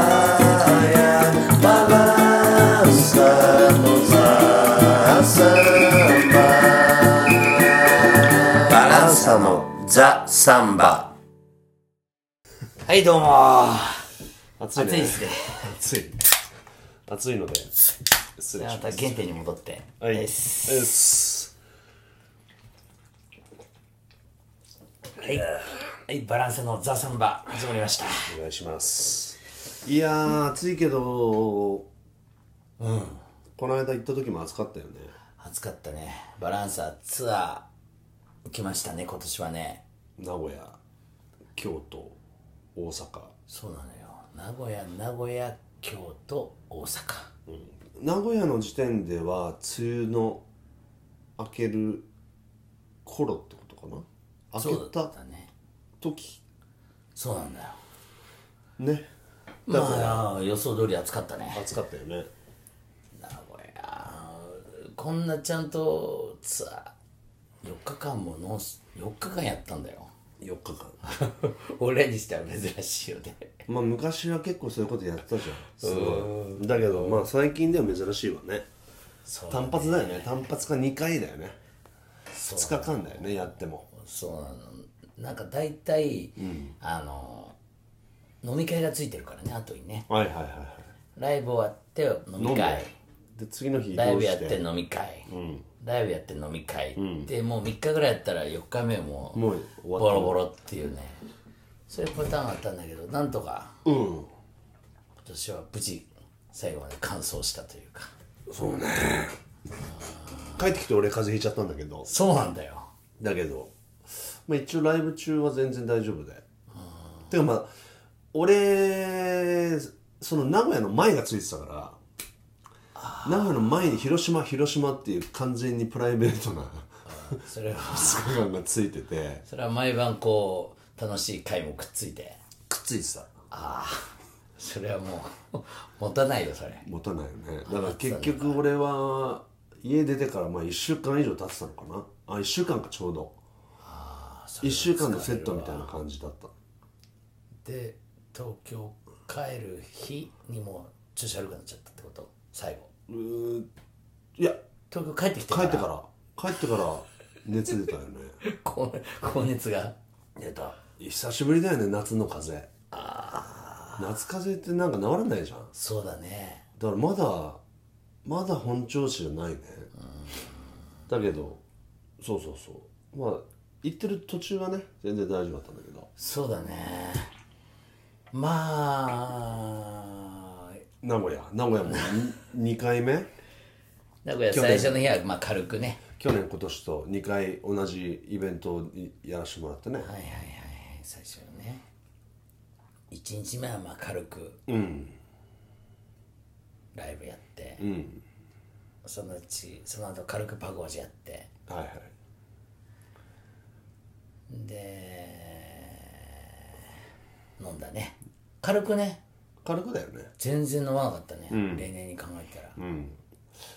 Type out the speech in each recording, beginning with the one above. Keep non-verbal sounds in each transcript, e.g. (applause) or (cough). Praia, balançamos a samba. Balançamos a samba. はい、どうも暑暑いですね。暑い暑いので失礼ましたます原点に戻って。はいでですすはい。はい、バランスのザ・サンバ、始まりました。お願いしますいやー暑いけどうんこの間行った時も暑かったよね暑かったね。バランサーツアー、来ましたね、今年はね。名古屋京都大阪、そうなのよ。名古屋、名古屋、京都、大阪。うん、名古屋の時点では梅雨の明ける頃ってことかなそ明うけだったたね。時そうなんだよ。ねまあ、予想通り暑かったね。暑かったよね名古屋こんなちゃんとツアー4日間もノンス4日間やったんだよ4日間 (laughs) 俺にしては珍しいよねまあ昔は結構そういうことやってたじゃんすごいだけどまあ最近では珍しいわねそう単発だよね単発か2回だよねそう2日間だよねやってもそうなのなんか大体、あの飲み会がついてるからね後にねはいはいはいはライブ終わって飲い飲みんで会で次の日移動ライブやっして飲み会、ライブやって飲み会、でもう3日ぐらいやったら4日目ももう終ボわったロボロっていうねそういうパターンあったんだけどなんとかうん今年は無事最後まで完走したというかそうね帰ってきて俺風邪ひいちゃったんだけどそうなんだよだけど、まあ、一応ライブ中は全然大丈夫でてかまあ俺その名古屋の前がついてたから名古屋の前に広島広島っていう完全にプライベートなそれは2日間がついててそれは毎晩こう楽しい回もくっついてくっついてたああそれはもう (laughs) 持たないよそれ持たないよねだから結局俺は家出てからまあ1週間以上経ってたのかなあ1週間かちょうど1週間のセットみたいな感じだったで東京帰る日にもう調子悪くなっちゃったってこと最後うーいや東京帰ってきて帰ってから帰ってから熱出たよね高高熱が出た久しぶりだよね夏の風邪夏風邪ってなんか治らないじゃんだそうだねからまだまだ本調子じゃないねだけどそうそうそうまあ行ってる途中はね全然大丈夫だったんだけどそうだねまあ名古屋名古 (laughs) 屋も2回目名古屋最初の日はまあ軽くね去年今年と2回同じイベントをやらせてもらってね、はいはいはいはい最初のね1日目はまあ軽くライブやって、そのうちその後軽くパゴージやってはいはいで飲んだね軽くね軽くだよね全然飲まなかったね、例年に考えたら、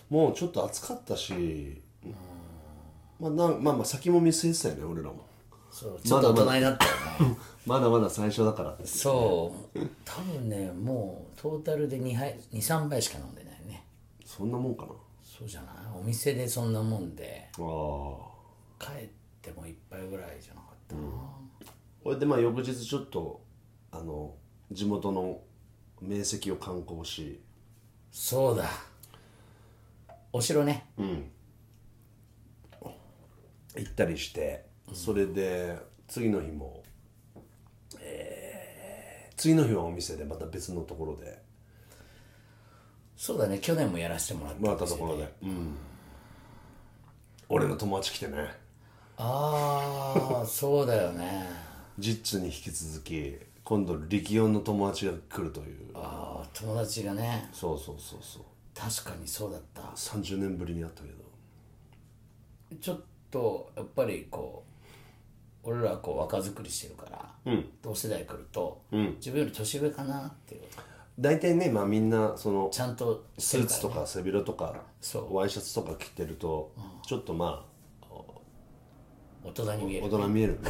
もうちょっと暑かったし、まあ、なんまあまあ先も見据えてたよね俺らも (laughs) そうちょっと大人になったよね、まだまだ最初だからそう多分ねもうトータルで2杯23杯しか飲んでないねそんなもんかなあそうじゃないお店でそんなもんであ帰っても一杯ぐらいじゃなかったな、これでまあ翌日ちょっとあの地元の名跡を観光しそうだお城ね、行ったりして、それで次の日も、えー次の日はお店でまた別のところでそうだね去年もやらせてもらったもらったところで、うん俺の友達来てねああそうだよねジッツに引き続き今度力音の友達が来るというああ友達がねそうそうそうそう確かにそうだった30年ぶりに会ったけどちょっとやっぱりこう俺らはこう若作りしてるから、同世代来ると、自分より年上かなっていう大体ねまあみんなそのちゃんとスーツとか背広とかそうワイシャツとか着てるとちょっとまあ大人に見え大る人見えるね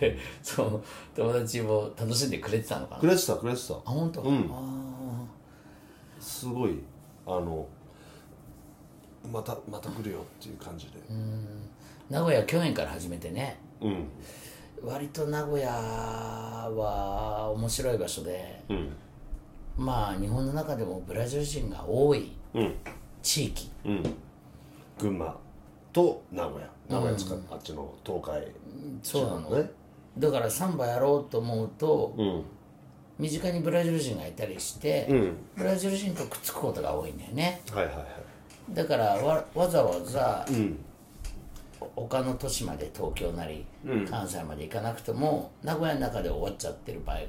でその友達も楽しんでくれてたのかなくれてたくれてたあ本当、うんあすごいあのまたまた来るよっていう感じでー名古屋去年から始めてねうん割と名古屋は面白い場所でうんまあ日本の中でもブラジル人が多いうん地域うん群馬と名古屋名古屋つか、あっちの東海そうなのねだからサンバやろうと思うとうん身近にブラジル人がいたりして、んブラジル人とくっつくことが多いんだよねはいはいはいだからわわざわざうん他の都市まで東京なり関西まで行かなくても名古屋の中で終わっちゃってる場合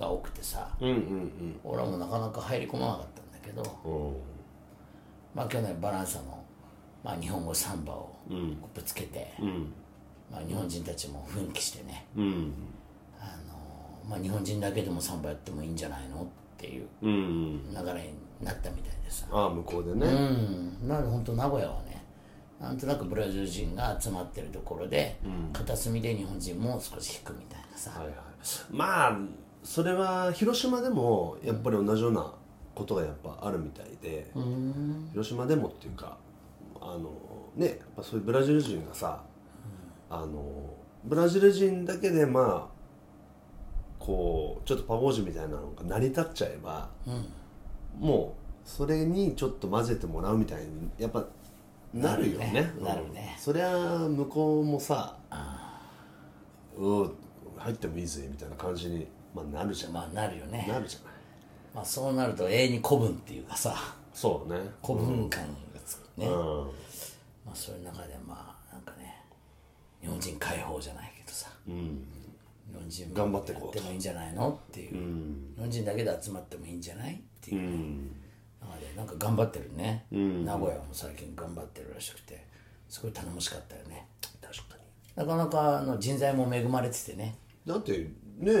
が多くてさうん俺はもうなかなか入り込まなかったんだけど、うんうんまあ、去年バランサの、まあ、日本語サンバをんぶつけて、うんまあ、日本人たちも奮起してね、うんあのーまあ、日本人だけでもサンバやってもいいんじゃないのっていううん流れになったみたいでさああ向こうでうねんなので本当名古屋はねなんとなくブラジル人が集まってるところで、片隅で日本人も少し引くみたいなさ、はいはいまあそれは広島でもやっぱり同じようなことがやっぱあるみたいで広島でもっていうかあのねやっぱそういうブラジル人がさあのブラジル人だけでまあこうちょっとパゴージュみたいなのが成り立っちゃえば、もうそれにちょっと混ぜてもらうみたいにやっぱなるよねなるねうんそりゃ向こうもさうん入ってもいいぜみたいな感じに、まあ、なるじゃん、まあなるよねなるじゃないまあ、そうなると永遠に古文っていうかさそうね古文感がつくね、うんまあ、そういう中でまあなんかね日本人解放じゃないけどさ、日本人も頑張ってこうとやってもいいんじゃないのっていう、日本人だけで集まってもいいんじゃないっていう、中でなんか頑張ってるね、名古屋も最近頑張ってるらしくてすごい頼もしかったよね確かなにかなかあの人材も恵まれててねだってね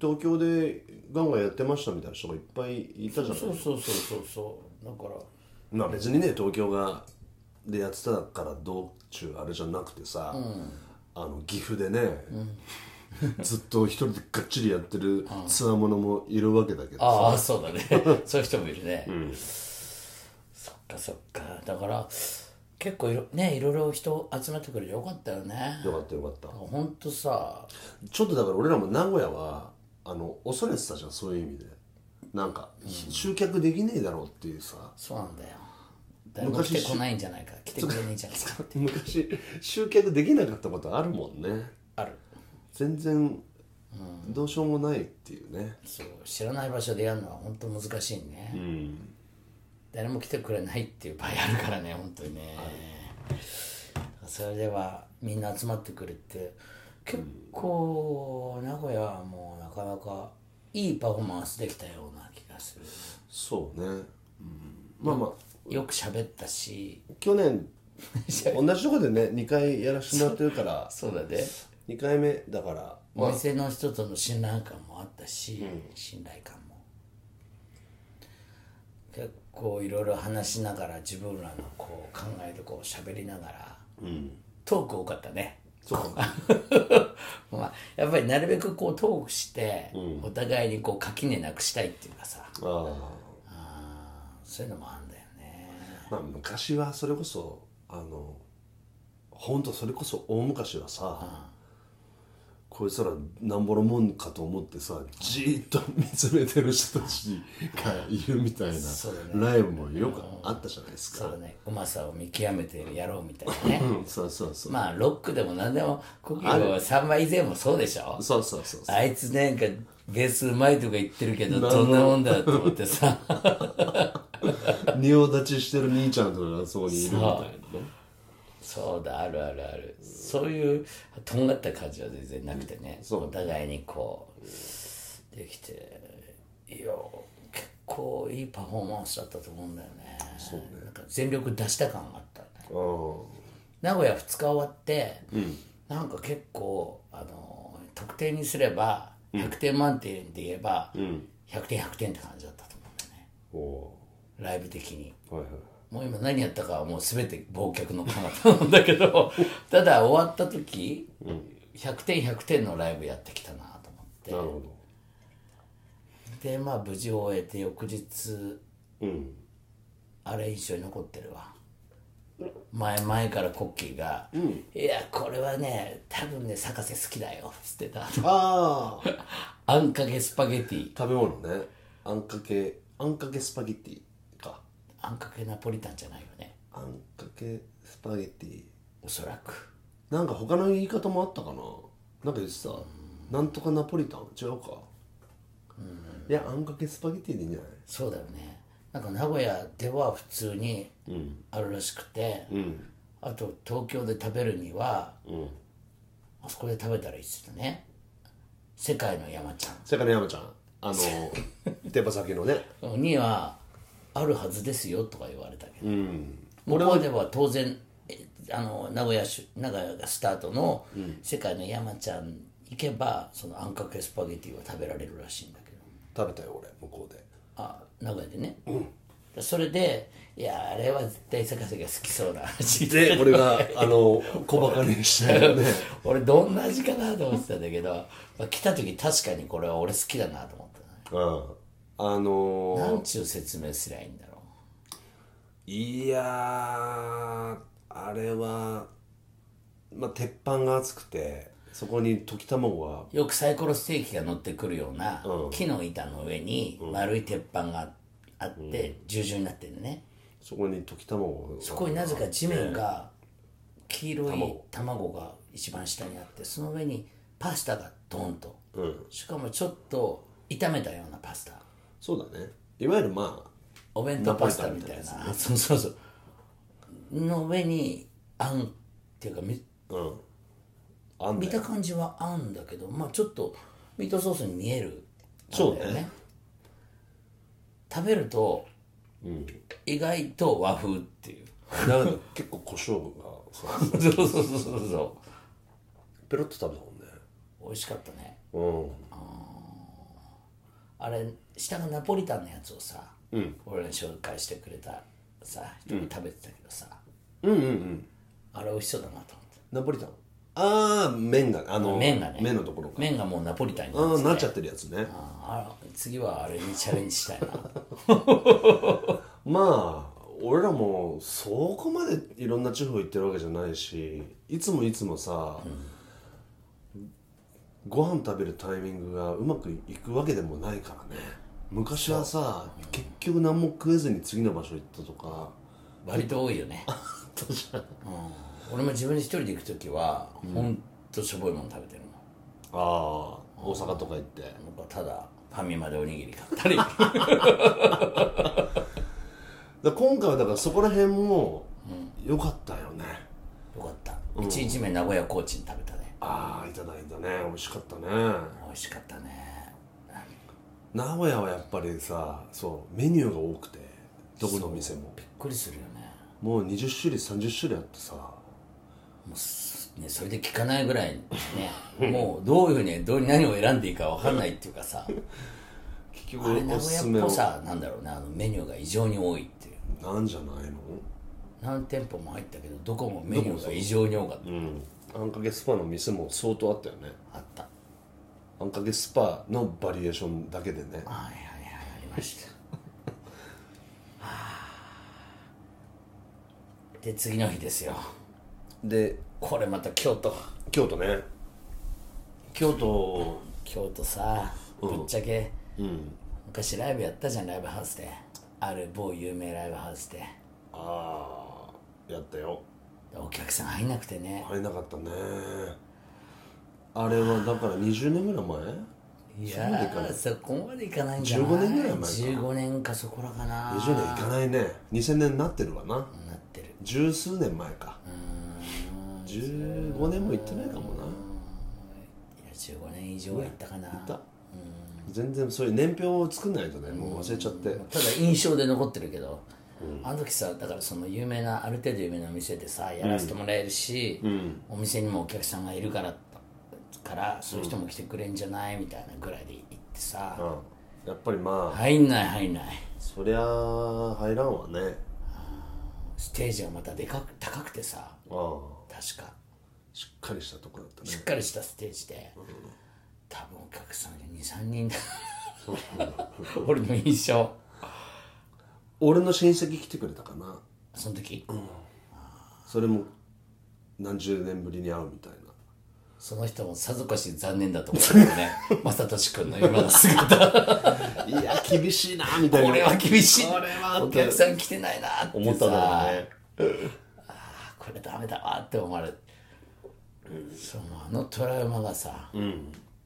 東京でガンガンやってましたみたいな人がいっぱいいたじゃないそうそうそうそうそうだからまあ別にね東京がでやってたから道中あれじゃなくてさ、あの岐阜でね、 (laughs) ずっと一人でがっちりやってるつわものもいるわけだけどさああそうだね (laughs) そういう人もいるね、そっかそっかだから結構いろ,、ね、いろいろ人集まってくれてよかったよねよかったよかったほんとさちょっとだから俺らも名古屋はあの恐れてたじゃんそういう意味でなんか、集客できねえだろうっていうさそうなんだよ誰も来てこないんじゃないか来てくれないんじゃないですかって昔集客できなかったことあるもんねある全然どうしようもないっていうね、そう知らない場所でやるのは本当難しいね、誰も来てくれないっていう場合あるからね本当にねそれではみんな集まってくれて結構名古屋はもうなかなかいいパフォーマンスできたような気がするそうね、まあまあよく喋ったし (laughs) 去年同じとこでね2回やらせてもらってるからそうだね2回目だからお店の人との信頼感もあったし、信頼感も結構いろいろ話しながら自分らのこう考えとこう喋りながら、トーク多かったね (laughs) そうまあ、やっぱりなるべくこうトークして、お互いにこう垣根なくしたいっていうかさあああーそういうのもあんだよねまあ昔はそれこそあのほんとそれこそ大昔はさ、こいつらなんぼのもんかと思ってさじーっと見つめてる人たちがいるみたいなそうだねライブもよくあったじゃないですそか、うだねうまさを見極めてやろうみたいなねうんそうそうそう、まあロックでも何でも国語は3倍以前もそうでしょそうそうそうそうあいつなんかベースうまいとか言ってるけどどんなもんだと思ってさ (laughs) 仁王立ちしてる兄ちゃんとかがそこにいるみたいなねそうだあるあるあるそういうとんがった感じは全然なくてね、お互いにこうできていや結構いいパフォーマンスだったと思うんだよねなんか全力出した感があったねう名古屋2日終わって、なんか結構あの得点にすれば100点満点で言えば、100点100点って感じだったと思うんだよねんおライブ的にーはいはいもう今何やった (laughs) かはもう全て忘却の彼方なんだけどただ終わった時、 100点100点のライブやってきたなとなる思っほてでまあ無事終えて翌日どうんあれ印象に残ってるわ前前からコッキーが「いやこれはね多分ね博士好きだよ」っつってたあああんかけスパゲティ食べ物ねあんかけあんかけスパゲッティかあんかけナポリタンじゃないよねあんかけスパゲッティおそらくなんか他の言い方もあったかななんか言ってたなんとかナポリタン違うかいやあんかけスパゲッティでいいんじゃないそうだよねなんか名古屋では普通にあるらしくて、あと東京で食べるには、あそこで食べたらいいっすよね世界の山ちゃそれから山ちゃんあ (laughs) の手羽先のねんにはあるはずですよとか言われたけど、うん向こうでは当然えあの名古屋し名古屋がスタートの世界の山ちゃん行けばそのあんかけスパゲティは食べられるらしいんだけど食べたよ俺向こうであ名古屋でね、それでいやあれは絶対坂瀬が好きそうな味で俺があの (laughs) 小バカにしたよね (laughs) 俺どんな味かなと思ってたんだけど、まあ、来た時確かにこれは俺好きだなと思ったね (laughs) うんあのーなんちゅう説明すりゃいいんだろいやーあれは、まあ、鉄板が熱くてそこに溶き卵がうよくサイコロステーキが乗ってくるような木の板の上に丸い鉄板があって十字になってるねそこに溶き卵そがこになぜか地面が黄色い卵が一番下にあってその上にパスタがドーンと、しかもちょっと炒めたようなパスタそうだねいわゆるまお弁当パスタみたいな (laughs) そうそうそうの上にあんっていうかみあうんあん見だよた感じはあんだけどまあちょっとミートソースに見えるそうねあんだよ食べると、 (laughs) 意外と和風っていう (laughs) なんか結構胡椒がそうそうそうそうそうそペロッと食べたもんねう美味しかったねうんあれ下がナポリタンのやつをさ、俺に紹介してくれたさ人が食べてたけどさ、うんうんうんあれ美味しそうだなと思ってナポリタンああ麺があの麺がね麺のところが麺がもうナポリタンになあってあてなっちゃってるやつねあら次はあれにチャレンジしたいなまあ俺らもそこまでいろんな地方行ってるわけじゃないしいつもいつもさ、ご飯食べるタイミングがうまくいくわけでもないからね昔はさ、結局何も食えずに次の場所行ったとか割と多いよね、うん、俺も自分で一人で行く時は、ほんとしょぼいもの食べてるもんああ大阪とか行って僕はただファミマでおにぎり買ったりだから今回はだからそこら辺も良かったよね、よかった1日目名古屋コーチン食べたねああいただいたね美味しかったね美味しかったね名古屋はやっぱりさそうメニューが多くてどこの店もびっくりするよねもう20種類30種類あってさねそれで聞かないぐらいねもうどういうふうにどう何を選んでいいか分かんないっていうかさ結あれ名局お古すす屋めっぽのさなんだろうねあのメニューが異常に多いっていうなんじゃないの何店舗も入ったけどどこもメニューが異常に多かった、うんあんかけスパの店も相当あったよねあったあんかけスパのバリエーションだけでねはいはいはいありましたで次の日ですよでこれまた京都京都ね京都京都さぶっちゃけ、昔ライブやったじゃんライブハウスである某有名ライブハウスでああやったよお客さん入んなくてね会えなかったねあれはだから20年ぐらい前いやーそこまでいかないんじゃない15年ぐらい前か15年かそこらかな20年いかないね2000年になってるわななってる十数年前か15年も行ってないかもないや15年以上はいったかなだ全然そういう年表を作んないとねもう忘れちゃってただ印象で残ってるけど、あの時さだからその有名なある程度有名なお店でさやらせてもらえるし、お店にもお客さんがいるからからそういう人も来てくれんじゃないみたいなぐらいで行ってさ、うんやっぱりまあ入んない入んないそりゃ入らんわねステージがまたでかく高くてさああ確かしっかりしたとこだったしっねかりしたステージで、多分お客さん23人 (laughs) だ俺の印象俺の親戚来てくれたかなその時、それも何十年ぶりに会うみたいなその人もさぞかし残念だと思うんだよ (laughs) ね正俊君の今の姿いや厳しいなみたいな (laughs) 俺は厳しいこれはお客さん来てないなってさ思っただろうねあこれダメだわって思われる、そうあのトラウマがさ、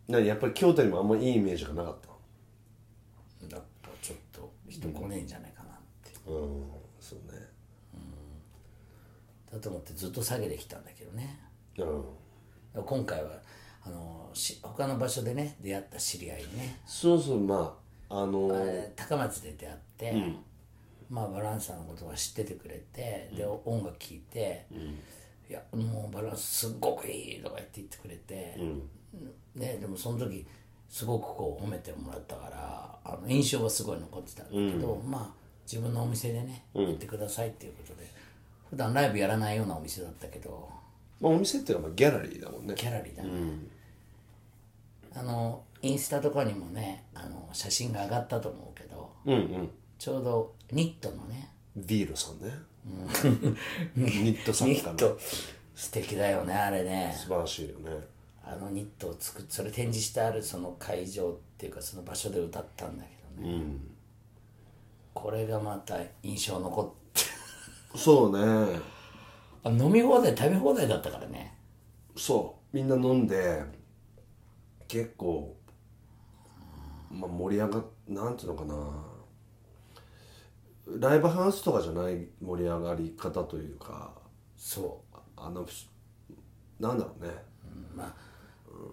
なにやっぱり京都にもあんまいいイメージがなかっただとちょっと人来ねえんじゃないかなって、うんそうねだと思ってずっと下げてきたんだけどねうん今回はあのし他の場所でね出会った知り合いにねそうそうまああのえー高松で出会って、まあバランサーのことは知っててくれて、で音楽聴いて、いやもうバランスすっごくいいとか言って言ってくれて、ね、でもその時すごくこう褒めてもらったからあの印象はすごい残ってたんだけど、まあ自分のお店でね行ってくださいっていうことで、普段ライブやらないようなお店だったけどまあ、お店っていうかまあギャラリーだもんねギャラリーだね、あのインスタとかにもねあの写真が上がったと思うけど、うんうんちょうどニットのねディールさ (laughs) んね、ニット作ニ家ッのト素敵だよねあれね素晴らしいよねあのニットを作っそれ展示してあるその会場っていうかその場所で歌ったんだけどね、これがまた印象残ってそうねあ飲み放題食べ放題だったからねそうみんな飲んで結構まあ盛り上がっなんていうのかなライブハウスとかじゃない盛り上がり方というかそうあのなんだろうね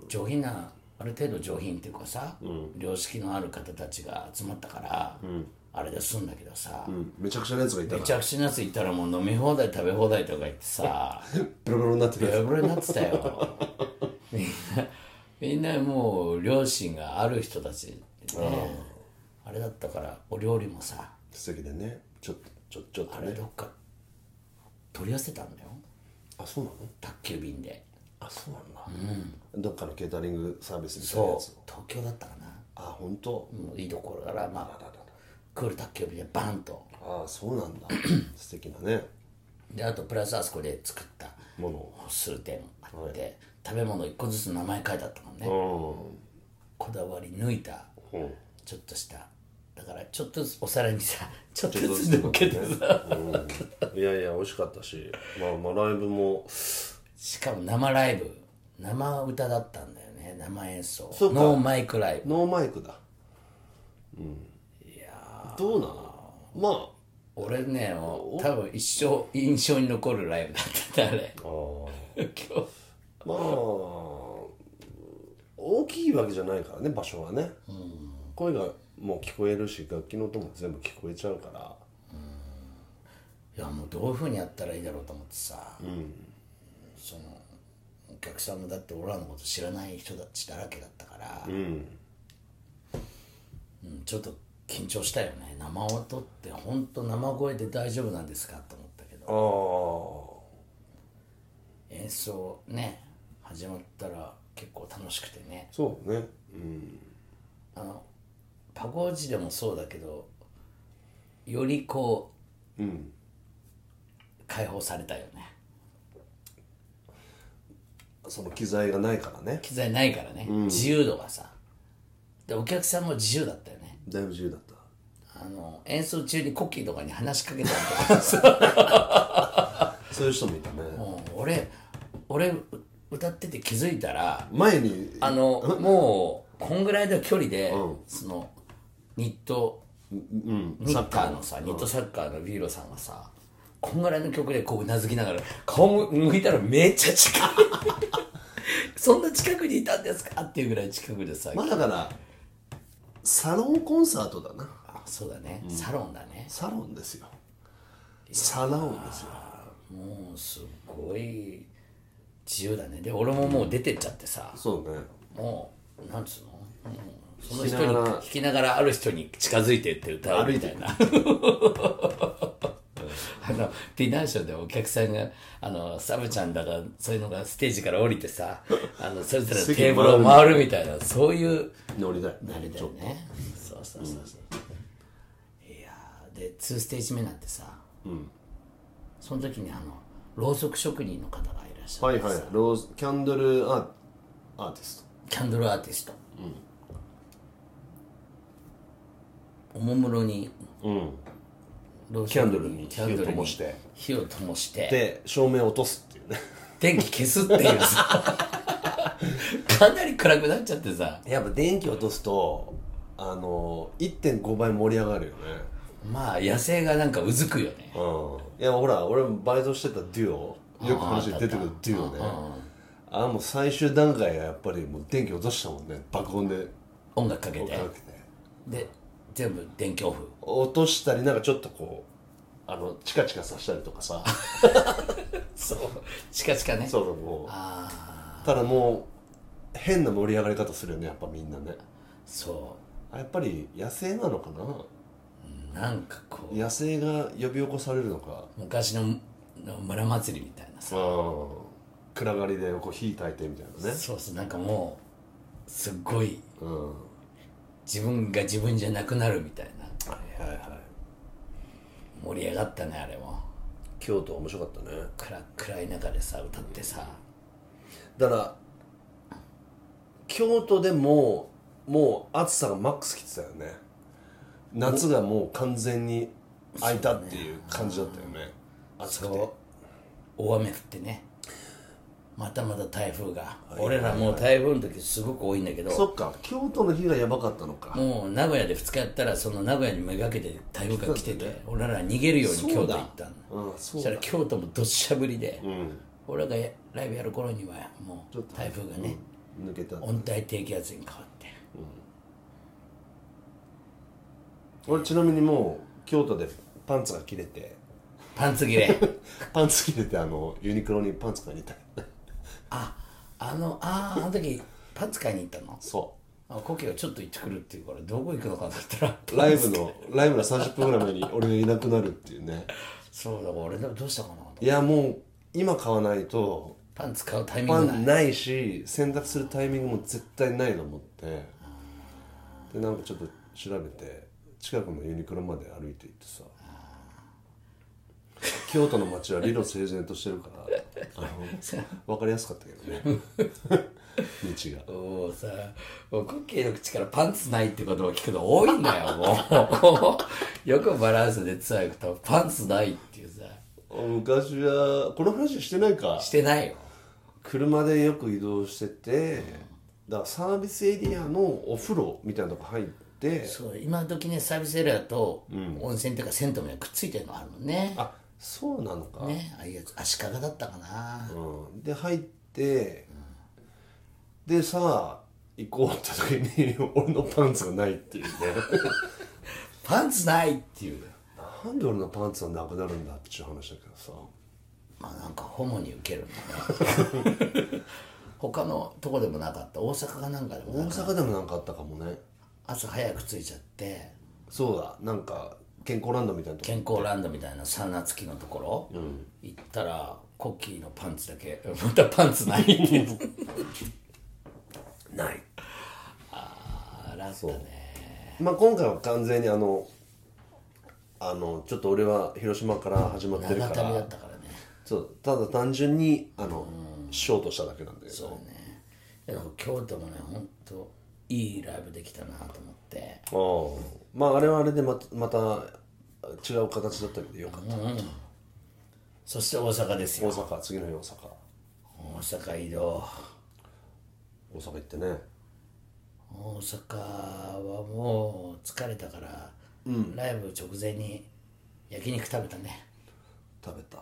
上品なある程度上品っていうかさ、良識のある方たちが集まったから、あれで済んだけどさ、うんめちゃくちゃなやつがいためらちゃくちゃなやつ行ったらもう飲み放題食べ放題とか言って (laughs) さブロブロになってベるロベロになってたよみんなみんなもう両親がある人たちでねあれだったからお料理もさ素敵でねちょっとちょちょっとあれねどっか取り寄せたんだよあそうなの宅急便であそうなんだ、どっかのケータリングサービスみたいなやそつう東京だったかなあ本当。もういいところからまあクール宅急便でバンとああそうなん (clears throat) だ素敵なねであとプラスあそこで作ったものを数点あって、食べ物一個ずつ名前書いてあったもんね、こだわり抜いたうんちょっとしただからちょっとずつお皿に (laughs) さちょっとずつでもけてさいやいや美味しかったしまあまあライブもしかも生ライブ生歌だったんだよね生演奏そうかノーマイクライブノーマイクだうんいやどうなのま俺ねもう多分一生印象に残るライブだったんだあれ (laughs) 今日あまあ大きいわけじゃないからね場所はね、声がもう聞こえるし楽器の音も全部聞こえちゃうからいやもうどういうふうにやったらいいだろうと思ってさ、そのお客さんもだって俺らのこと知らない人たちだらけだったから、うんちょっと緊張したよね生音って本当生声で大丈夫なんですかと思ったけどああ演奏ね始まったら結構楽しくてねそうねあのパゴージでもそうだけどよりこう、解放されたよねその機材がないからね機材ないからね、自由度がさでお客さんも自由だったよねだいぶ自由だったあの演奏中にコッキーとかに話しかけたりとか (laughs) さそういう人もいたねもう俺俺う歌ってて気づいたら前にあのもうこんぐらいの距離で、そのニットうんニッカーのさニットサッカーのビーロさんがさこんぐらいの曲でこううなずきながら顔向いたらめっちゃ (laughs) 近いそんな近くにいたんですかっていうぐらい近くでさ、まあだからサロンコンサートだなあそうだね、サロンだねサロンですよサロンですよもうすごい自由だねで俺ももう出てっちゃってさ、そうねもうなんつうの、もうその人弾きにながら弾きながらある人に近づいてって歌うみたいな (laughs) あのディナーショーでお客さんがあのサブちゃんだかそういうのがステージから降りてさあのそれぞれのテーブルを回るみたいなそういう乗りたいあれだよねそうそうそうそう、いやーで2ステージ目なんてさ、その時にあのろうそく職人の方がいらっしゃる、はいはいローズキャンドルアーアーティスキャンドルアーティスト、おもむろにトうんろうそくキャンドルにキャンドルに火を灯して火を灯してで照明を落とすっていうね電気消すっていうさかなり暗くなっちゃってさ (laughs) やっぱ電気落とすとあの1.5倍盛り上がるよねまあ野生がなんかうずくよねうんいやほら俺もバイトしてたデュオよく話に出てくるデュオねああもう最終段階はやっぱりもう電気落としたもんね爆音で音楽かけかけててで全部電気オフ落としたりなんかちょっとこうあのチカチカさせたりとか (laughs) さそうチカチカねそうそうもうああただもう変な盛り上がり方するよねやっぱみんなねそあやっぱり野生なのかなうなんかこう野生が呼び起こされるのか昔のの村祭りみたいなさうん暗がりでこう火焚いてみたいなねそうそうなんかもうすっごいうんは自分が自分じゃなくなるみたいないはいはい盛り上がったねあれも京都面白かったね暗暗い中でさ歌ってさだから京都でももう暑さがマックス来てたよね夏がもう完全に空いたっていう感じだったよね暑くてそう大雨降ってねまたまた台風が俺らもう台風の時すごく多いんだけどそっか京都の日がやばかったのかもう名古屋で2日やったらその名古屋にめがけて台風が来てて、俺ら逃げるように京都行ったのうんそそしうただら京都もどっしゃぶりで、うん俺らがやライブやる頃にはもう台風がね、抜けた温帯低気圧に変わって俺ちなみにもう京都でパンツが切れてパンツ切 (laughs) れパンツ切れてあのユニクロにパンツ買いに行ったああのあああの時パンツ買いに行ったの (laughs) そあコケがちょっと行ってくるっていうからどこ行くのかなって言ったう (laughs) らライブのライブの30分ぐらい前に俺がいなくなるっていうねそうだから俺らどうしたかなと思っていやもう今買わないとパンツ買うタイミパングないンないし洗濯するタイミングも絶対ないと思ってでなんかちょっと調べて近くのユニクロまで歩いて行ってさ京都の街は理路整然として (laughs) るからあの分かりやすかったけどね (laughs) 道が。もうさ、もうコッキーの口からパンツないって言葉を聞くの多いんだ (laughs) よ、もう。 (laughs) よくバランスで伝えると、パンツないっていうさ、昔はこの話してないかしてないよ。車でよく移動しててだからサービスエリアのお風呂みたいなとこ入ってそう、今時ね、サービスエリアと温泉というか銭湯もくっついてるのあるもんね。あそうなのか、ね、ああいうやつ、足利だったかな。うん、で入って、でさあ行こうって時に (laughs) 俺のパンツがないっていうねパンツないっていう。なんで俺のパンツがなくなるんだっていう話だけどさまあなんかホモに受けるんだね。 (laughs) 他のとこでもなかった。大阪かなんかでも大なかっ阪でもなんかあったかもねた。朝早く着いちゃって、そうだなんか健康ランドみたいなとこ健康ランドみたいなサウナ付きのところ、行ったらコッキーのパンツだけ (laughs) またパンツないって言って (laughs) ないあらったねまあ、今回は完全にあのあのちょっと俺は広島から始まってる長か旅だらったからねそうただ単純にあのショートしただけなんだよねそうねだから京都もね本当いいライブできたなと思ってああまああれはあれでままた違う形だったけどよかった、そして大阪ですよ大阪次の日大阪大阪移動大阪行ってね大阪はもう疲れたから、ライブ直前に焼肉食べたね食べた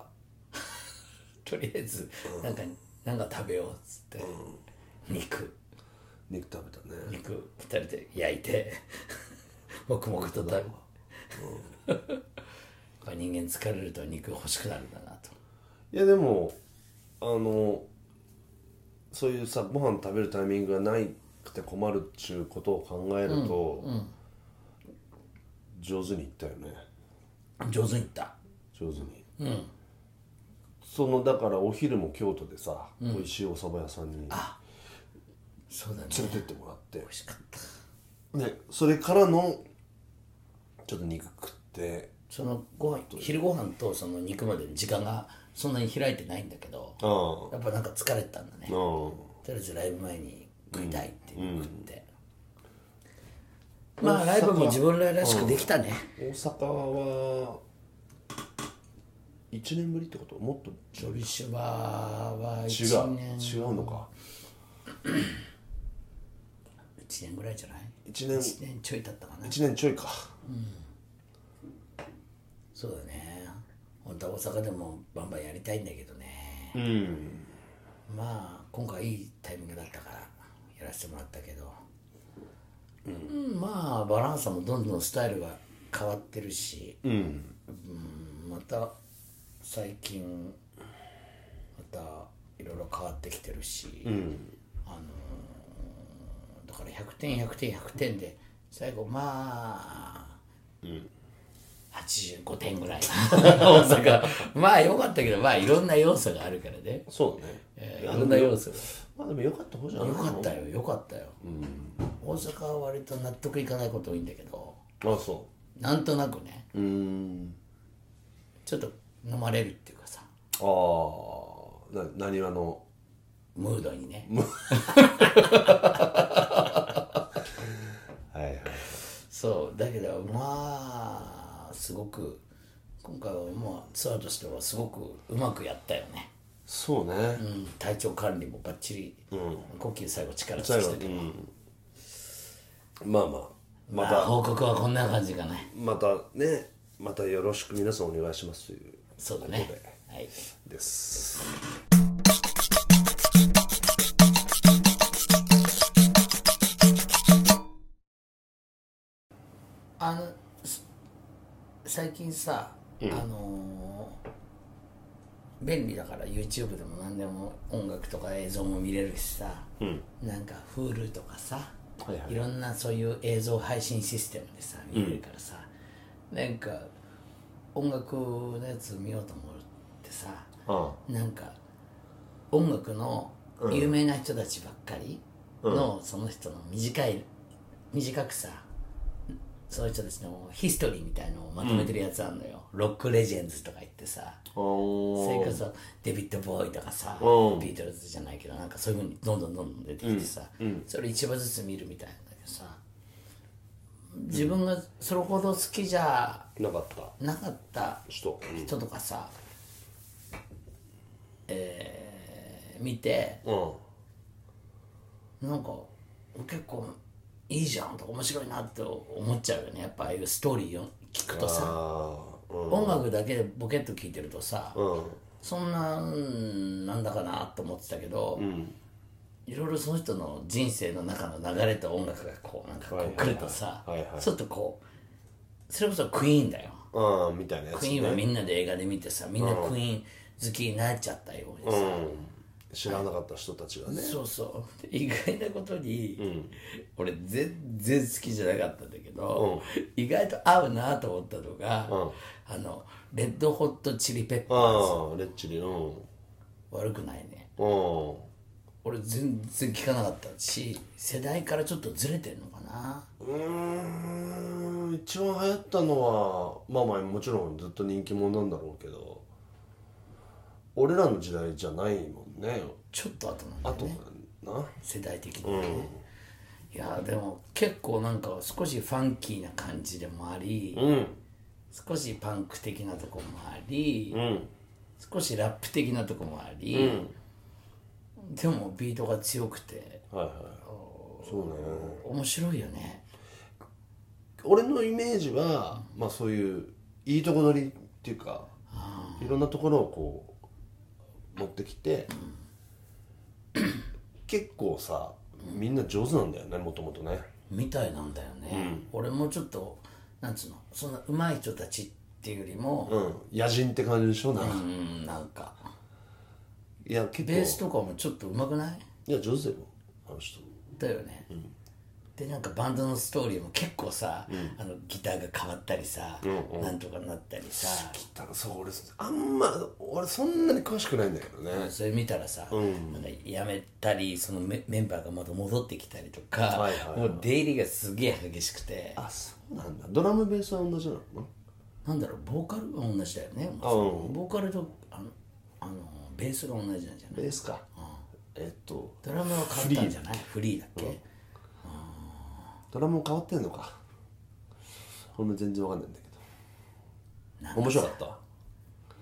とりあえずなんか、なんか食べようっつって、肉肉食べたね肉二人で焼いて黙々と食べ、やっ (laughs) ぱ人間疲れると肉欲しくなるんだなといやでもあのそういうさご飯食べるタイミングがないくて困るっちゅうことを考えると、上手にいったよね上手にいった上手にそのだからお昼も京都でさ、美味しいお蕎麦屋さんに連そうだねれてってもらって美味しかったねそれからのちょっと肉食ってそのご飯昼ご飯とその肉までの時間がそんなに開いてないんだけどああやっぱなんか疲れてたんだねああとりあえずライブ前に食いたいっていうのを食って、まあライブも自分らしくできたね、大阪は1年ぶりってこともっとジョビシュバーは違1う年違うのか1年ぐらいじゃない1年1年ちょい経ったかな1年ちょいかそうだね本当は大阪でもバンバンやりたいんだけどねうんまあ今回いいタイミングだったからやらせてもらったけど、うん、まあバランサもどんどんスタイルが変わってるし、うんうんまた最近またいろいろ変わってきてるし、あのーだから100点100点100点で最後まあ、85点ぐらい (laughs) 大阪 (laughs) まあ良かったけどまあいろんな要素があるからね、そうだね、えーいろんな要素がまあでもよかった方じゃないよかったよよかったよ、大阪は割と納得いかないこと多いんだけどあそなんとなくねううーんちょっと飲まれるっていうかさああな何わのムードにねはいはいそうだけどまあすごく今回はもうツアーとしてはすごくうまくやったよね、そうね、うん、体調管理もばっちり、呼吸最後力尽最き後てて、うんまあまあままたあ、報告はこんな感じかねまたねまたよろしく皆さんお願いしますというそうだねここはいでですあのす最近さ、あのー便利だから YouTube でも何でも音楽とか映像も見れるしさ、なんか Hulu とかさ、はいはいろんなそういう映像配信システムでさ見れるからさ、なんか音楽のやつ見ようと思ってさあなんか音楽の有名な人たちばっかりの、その人の短い短くさそういう人たちのヒストリーみたいのをまとめてるやつあんのよ、ロックレジェンズとか言ってさあそれこーそデビッド・ボーイとかさビうんートルズじゃないけどなんかそういうふうにどんどんどんどん出てきてさ、それ一話ずつ見るみたいなんだけどさ自分がそれほど好きじゃなかったなかったちょっとうん人とかさ、えー見てうんなんか結構いいじゃんとか面白いなって思っちゃうよねやっぱああいうストーリーを聞くとさああうん音楽だけでボケっと聞いてるとさ、うんそんなうんなんだかなと思ってたけど、いろいろその人の人生の中の流れと音楽がこうなんかはいはこいう来るとさ、はいはいちょっとこうそれこそクイーンだよ、ああみたいなやつクイーンはみんなで映画で見てさみんなクイーン好きになっちゃったようにさ、うん知らなかった人たちがねそうそう意外なことに、俺全然好きじゃなかったんだけど、意外と合うなと思ったのが、あのレッドホットチリペッパーああレッチリうん悪くないねうん俺全然聞かなかったし世代からちょっとずれてんのかなうーん一番流行ったのはまあまあもちろんずっと人気者なんだろうけど俺らの時代じゃないもんねちょっと後なんだあよとねな世代的にはね、いやでも結構なんか少しファンキーな感じでもあり、うん少しパンク的なとこもあり、うん少しラップ的なとこもあり、でもビートが強くてはいはいそうね面白いよね俺のイメージはまあそういういいとこ取りっていうかいろんなところをこう持ってきて、結構さみんな上手なんだよねもともとねみたいなんだよね、俺もちょっとなんつうのそんな上手い人たちっていうよりも、うん野人って感じでしょなんかうん、なんかいや結構ベースとかもちょっと上手くないいや上手だよあの人だよね、でなんかバンドのストーリーも結構さ、あのギターが変わったりさ、なんとかなったりさだからそう俺あんま俺そんなに詳しくないんだけどねそれ見たらさ、なんかやめたりそのメメンバーがまた戻ってきたりとか、はいはいはいもう出入りがすげえ激しくてあそうなんだドラムベースは同じなのかななんだろうボーカルは同じだよねうんボーカルとあのあのベースが同じなんじゃないベースか、えっとドラムは簡単じゃないフリーだっけ、ドラムも変わってんのか俺も全然わかんないんだけど面白かった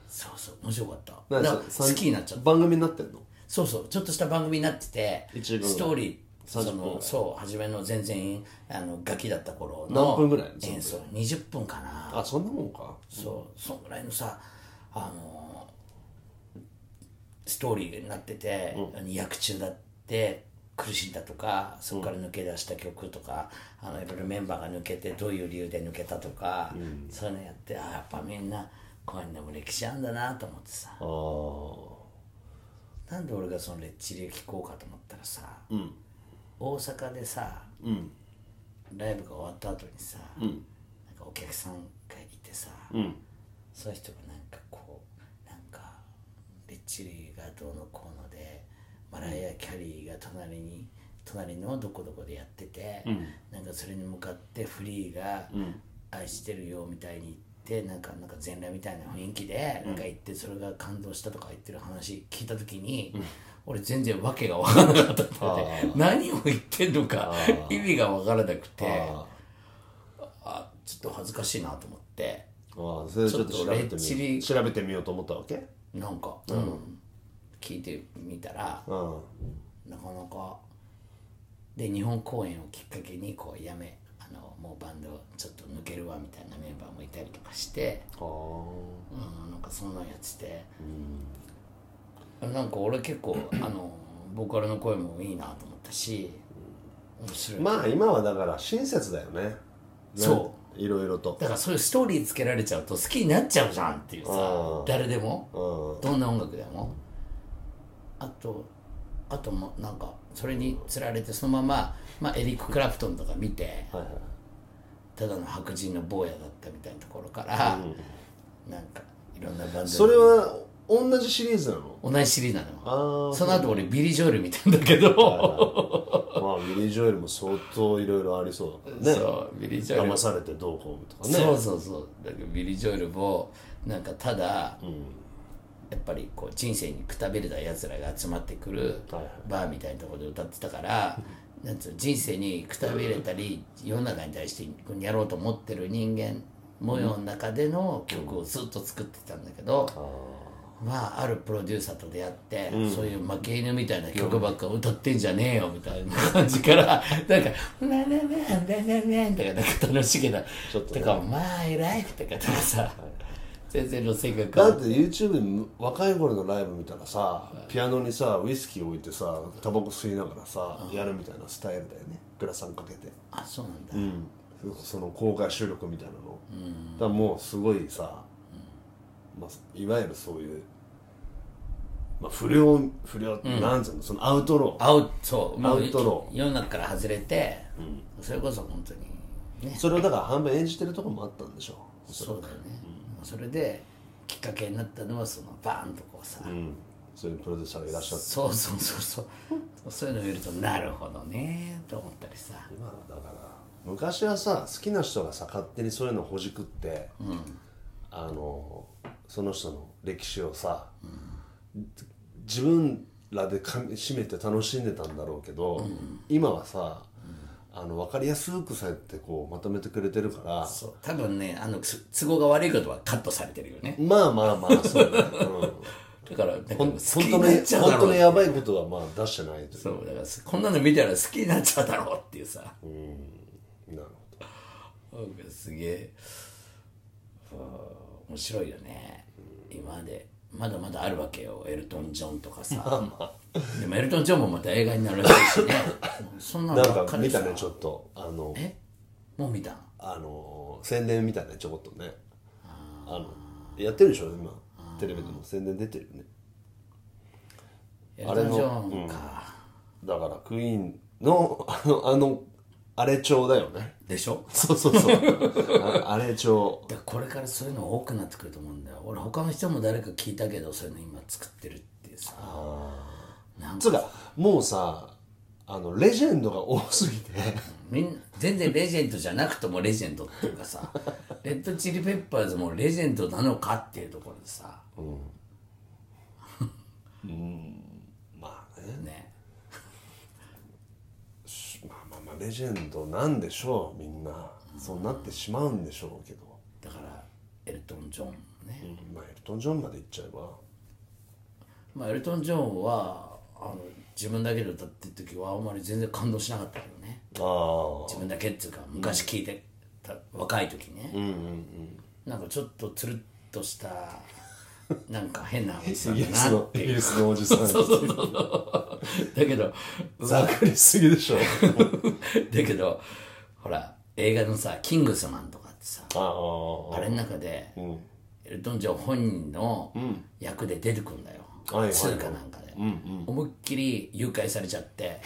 そうそう面白かったなんだかからさ好きになっちゃった番組になってんのそうそうちょっとした番組になってて一時間ぐらいストーリー30そ分ぐらのいそう初めの全然あのガキだった頃の何分ぐらい演奏20分かなあそんなもんかそうそんぐらいのさあのストーリーになってて、あの役中だって苦しんだとかそこから抜け出した曲とか、あのいろいろメンバーが抜けてどういう理由で抜けたとか、そういうのやってあやっぱみんなこういうのも歴史あんだなと思ってさああなんで俺がそのレッチリを聴こうかと思ったらさ、大阪でさ、ライブが終わった後にさ、なんかお客さんがいてさ、その人がなんかこうなんかレッチリがどうのこうのでマライア・キャリーが隣に隣のどこどこでやってて、なんかそれに向かってフリーが「愛してるよ」みたいに言ってなんかなんか全裸みたいな雰囲気でなんか言ってそれが感動したとか言ってる話聞いた時に、俺全然訳が分からなかったんで何を言ってんのか意味が分からなくてああちょっと恥ずかしいなと思ってああそれちょっとちょ調べてっとレッチみようリ調べてみようと思ったわけなんか、うん聞いてみたらうんなかなかで日本公演をきっかけにこうやめあのもうバンドちょっと抜けるわみたいなメンバーもいたりとかして、あうん、なんかそんなんやってて、なんか俺結構あのボーカルの声もいいなと思ったし面白い、あまあ今はだから親切だよねそういろいろとだからそういうストーリーつけられちゃうと好きになっちゃうじゃんっていうさあー誰でもうんどんな音楽でもあとあともなんかそれにつられてそのまま、まあ、エリック・クラプトンとか見てはいはいただの白人の坊やだったみたいなところから、なんかいろんなバンドにそれは同じシリーズなの (laughs) 同じシリーズなあのーその後俺ビリー・ジョエル見たんだけど、まあミリー・ジョエルも相当いろいろありそうだからねそうビリー・ジョエル騙されてどうこうとかねそうそうそうだけどビリー・ジョエルもなんかただ、やっぱりこう人生にくたびれたやつらが集まってくるはいはいバーみたいなところで歌ってたからなんつうの人生にくたびれたり世の中に対してやろうと思ってる人間模様の中での曲をずっと作ってたんだけど、まああるプロデューサーと出会って、そういう負け犬みたいな曲ばっか歌ってんじゃねえよみたいな感じからなんか「うらららららら」とかなんか楽しげなちょっとねとか「マイライフ」とかとかさ全然の性格だがって YouTube に若い頃のライブ見たらさピアノにさウイスキー置いてさタバコ吸いながらさやるみたいなスタイルだよねグラサンかけてあそうなんだ、その公開収録みたいなの、だからもうすごいさ、まあ、いわゆるそういう、まあ、不良不良、なんつうのそのアウトローアウそうもうアウトロ世の中から外れて、それこそ本当にねそれをだから半分演じてるとこもあったんでしょそうだよね、それできっかけになったのはそのバーンとこうさ、うんそういうプロデューサーがいらっしゃってそうそうそうそうそういうのを見るとなるほどねと思ったりさ今はだから昔はさ好きな人がさ勝手にそういうのをほじくって、あのその人の歴史をさ、自分らでかみしめて楽しんでたんだろうけど、今はさ、あの分かりやすくされてこうまとめてくれてるからそう多分ねあのつ都合が悪いことはカットされてるよねまあまあまあそうね、だからなんかうん、ほん (laughs) 好き本当にのなっちゃうだ本当ろのうやばいことはまあ出してないというそうだからこんなの見たら好きになっちゃうだろうっていうさ、なるほどなんかすげえあー面白いよね今までまだまだあるわけよエルトン・ジョンとか (laughs) さでもエルトン・ジョンもまた映画になるらしいしねそんなのなばんっかか見りさたねちょっとあのえもう見たのあの宣伝みたいなちょこっとねあのやってるでしょ今テレビでも宣伝出てるよねエルあトれン・のジョンかだからクイーンのあのあのあれ調だよね (laughs) でしょそうそうそうああれ調だからこれからそういうの多くなってくると思うんだよ俺他の人も誰か聞いたけどそういうの今作ってるってさなんかつうかもうさあのレジェンドが多すぎてみんな全然レジェンドじゃなくてもレジェンドっていうか (laughs) さレッドチリペッパーズもレジェンドなのかっていうところでさまあねねまあまあまあレジェンドなんでしょうみんなそうなってしまうんでしょうけど、だからエルトン・ジョンね、まあエルトン・ジョンまで行っちゃえばまあ、エルトン・ジョンはあの自分だけで歌ってる時はあんまり全然感動しなかったけどねあ自分だけっていうか昔聴いてた、若い時ね、なんかちょっとつるっとした (laughs) なんか変なおじさあんイギだリスなのっイてギいうリスのお (laughs) じさんだけど (laughs) ざっくりしすぎでしょだけどほら映画のさ「キングスマン」とかってさああれの中で、エルトン・ジョン本人の役で出てくんだよ、はいはいはい通貨なんかで、思いっきり誘拐されちゃって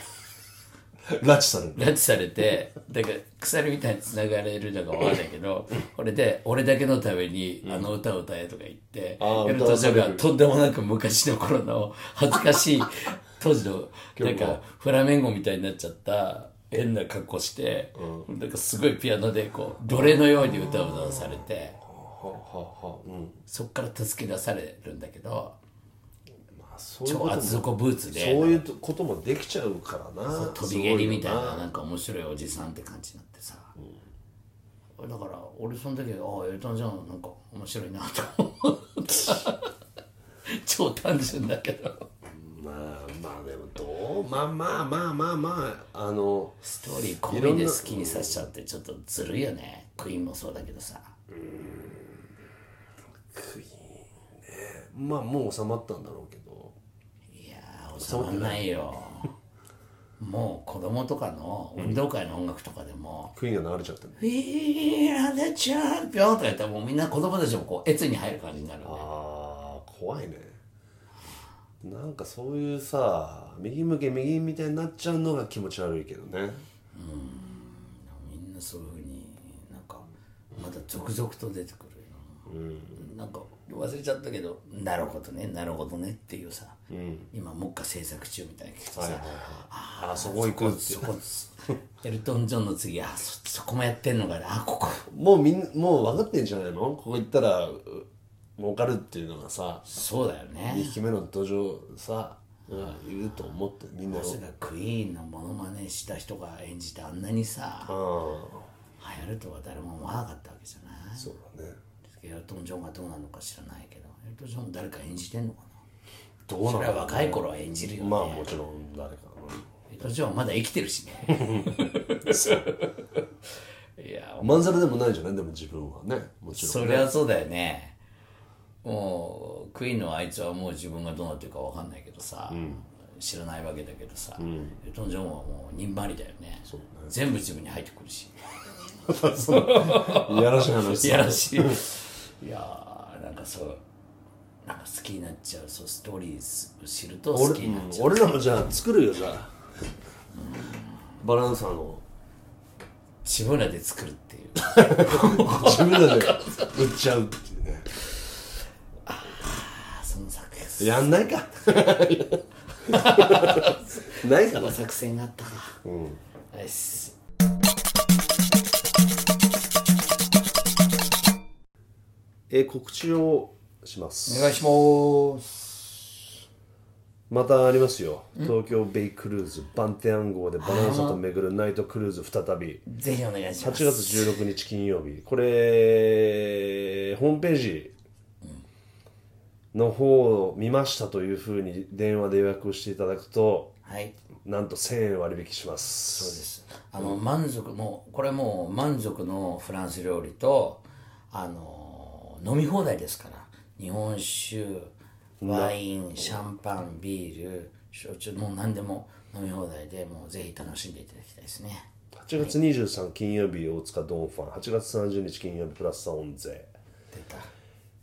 あ拉致される拉致されてだから鎖みたいに繋がれるのかわかんないけどこれで「俺だけのためにあの歌を歌え」とか言って、あーエルトン・ジョン歌わされがるとんでもなく昔の頃の恥ずか (laughs) しい当時のなんかフラメンゴみたいになっちゃった変な格好して、なんかすごいピアノでこう奴隷のように歌を歌わされてはははうんそっから助け出されるんだけどまあそういう超ことも厚底ブーツそうでいうこともできちゃうからな飛び蹴りみたいすごななんか面白いおじさんって感じになってさ、だから俺その時ああエルトン・ジョンなんか面白いなと思った超単純だけどまあまあでもどうまあまあまあまあまああのストーリー込みで好きにさせちゃうってちょっとずるいよねクイーンもそうだけどさまあもう収まったんだろうけどいやー収まんないよもう子供とかの運動会の音楽とかでも (laughs) クイーンが流れちゃってる「We are the champion」とか言ったらもうみんな子供たちもこう越に入る感じになるねああ怖いねなんかそういうさ右向け右みたいになっちゃうのが気持ち悪いけどねみんなそういうふうになんかまた続々と出てくるよ、なんか忘れちゃったけど「なるほどねなるほどね」っていうさ、今目下制作中みたいな聞くとさ、あそこ行くってそこ (laughs) エルトン・ジョンの次あそそこもやってんのかなあここもうみんもう分かってんじゃないのここ行ったらう儲かるっていうのがさそうだよね2匹目の土壌さがいると思ってみんなまさかクイーンのモノマネした人が演じてあんなにさ、あ流行るとは誰も思わなかったわけじゃないそうだねエルトン・ジョンがどうなのか知らないけどエルトン・ジョンも誰か演じてんのかなどうなそのれは若い頃は演じるよね、まあもちろん誰か江戸城はまだ生きてる (laughs) しねなそういやまんざらでもないじゃないでも自分はねもちろそんりゃそうだよねもうクイーンのあいつはもう自分がどうなってるかわかんないけどさ、知らないわけだけどさ、エルトン・ジョンはもうにんまりだよね全部自分に入ってくる (laughs) しいやらしい話いやらしいいやーなんかそうなんか好きになっちゃうそうストーリーを知ると好俺きになっちゃう俺らもじゃあ作るよじゃあバランサーの自分らで作るっていう自分らで売っちゃうっていうねあその作戦やんない (laughs) かないかそなの作戦があったかうんよしえー告知をしますお願いしますまたありますよ東京ベイクルーズバンテアン号でバランサと巡るナイトクルーズ再びぜひお願いし8ます月16日金曜日これホームページの方を見ましたというふうに電話で予約をしていただくとはいなんと1000円割引しますそうですあの満足もうこれもう満足のフランス料理とあの飲み放題ですから日本酒ワインシャンパンビール焼酎もう何でも飲み放題でもうぜひ楽しんでいただきたいですね8月23金曜日大塚ドンファン8月30日金曜日プラスサオンゼ出た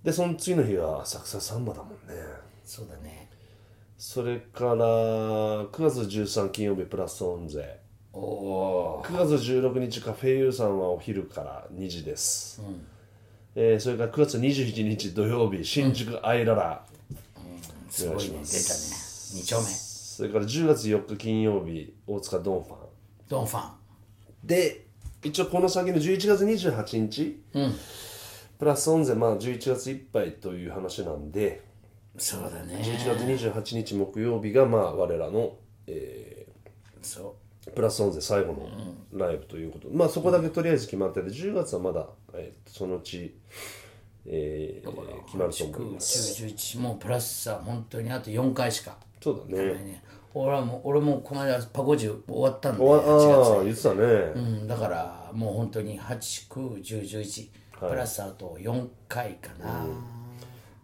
でその次の日は浅草サンバだもんねそうだねそれから9月13金曜日プラスサオンゼおお9月16日カフェユーさんはお昼から2時です、えーそれから9月27日土曜日新宿アイララ、ーすごいね出たね2丁目それから10月4日金曜日大塚ドンファンドンファンで一応この先の11月28日、プラスオンゼまあ11月いっぱいという話なんでそうだ11ね月28日木曜日がまあ我らの、えそープラスオンゼ最後のライブということ、まあそこだけとりあえず決まってて10月はまだ、えーそのうち、えー決まるとう思います911もうプラスさ本当にあと4回しかそうだねね俺はもう俺もこの間パコジュ終わったんでわ8月ああ言ってたね、うん、だからもう本当に8910111、プラスあと4回かな、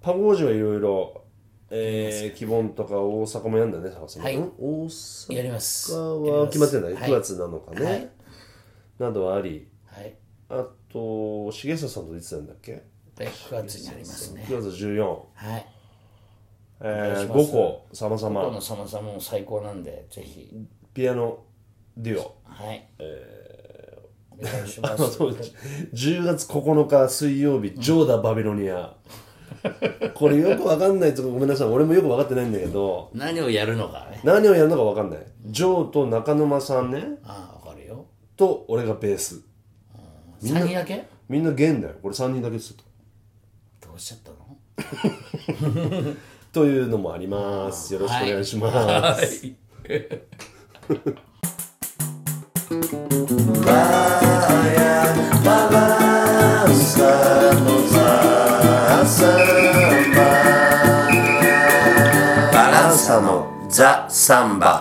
パゴージュはいろいろえー、希望とか大阪もやんだね、坂本さんはいん大阪やりますは決まってない、や9りま月す7日ね、はいなどはありはい、はい、あと重里さんといつなんだっけで9月にありますね9月14、はいえー、5個さまざ今日のまさまさまも最高なんでぜひピアノデュオはいお願いします10月9日水曜日ジョーダバビロニアこれよくわかんないとこごめんなさい俺もよく分かってないんだけど何をやるのかね何をやるのかわかんないジョーと中沼さんねああ分かるよと俺がベース3人だけみんな弦だよこれ3人だけですよとどうしちゃったのというのもありますよろしくお願いします、はいバランサのザ・サンババランサのザ・サンバ